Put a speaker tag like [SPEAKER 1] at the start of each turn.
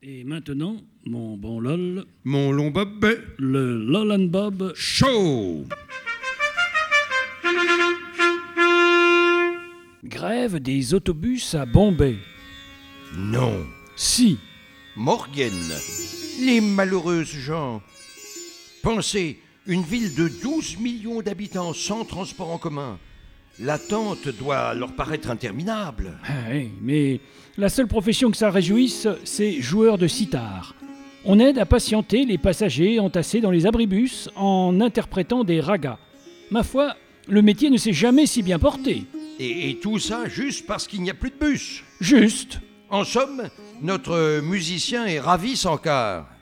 [SPEAKER 1] Et maintenant, mon bon LOL,
[SPEAKER 2] Mon long bob
[SPEAKER 1] le LOL and Bob.
[SPEAKER 2] chaud.
[SPEAKER 1] Grève des autobus à Bombay.
[SPEAKER 3] Non.
[SPEAKER 1] Si,
[SPEAKER 3] Morgan. Les malheureuses gens. Pensez, une ville de 12 millions d'habitants sans transport en commun. L'attente doit leur paraître interminable.
[SPEAKER 1] Ah oui, mais la seule profession que ça réjouisse, c'est joueur de sitar. On aide à patienter les passagers entassés dans les abribus en interprétant des ragas. Ma foi, le métier ne s'est jamais si bien porté.
[SPEAKER 3] Et, et tout ça juste parce qu'il n'y a plus de bus.
[SPEAKER 1] Juste.
[SPEAKER 3] En somme, notre musicien est ravi sans quart.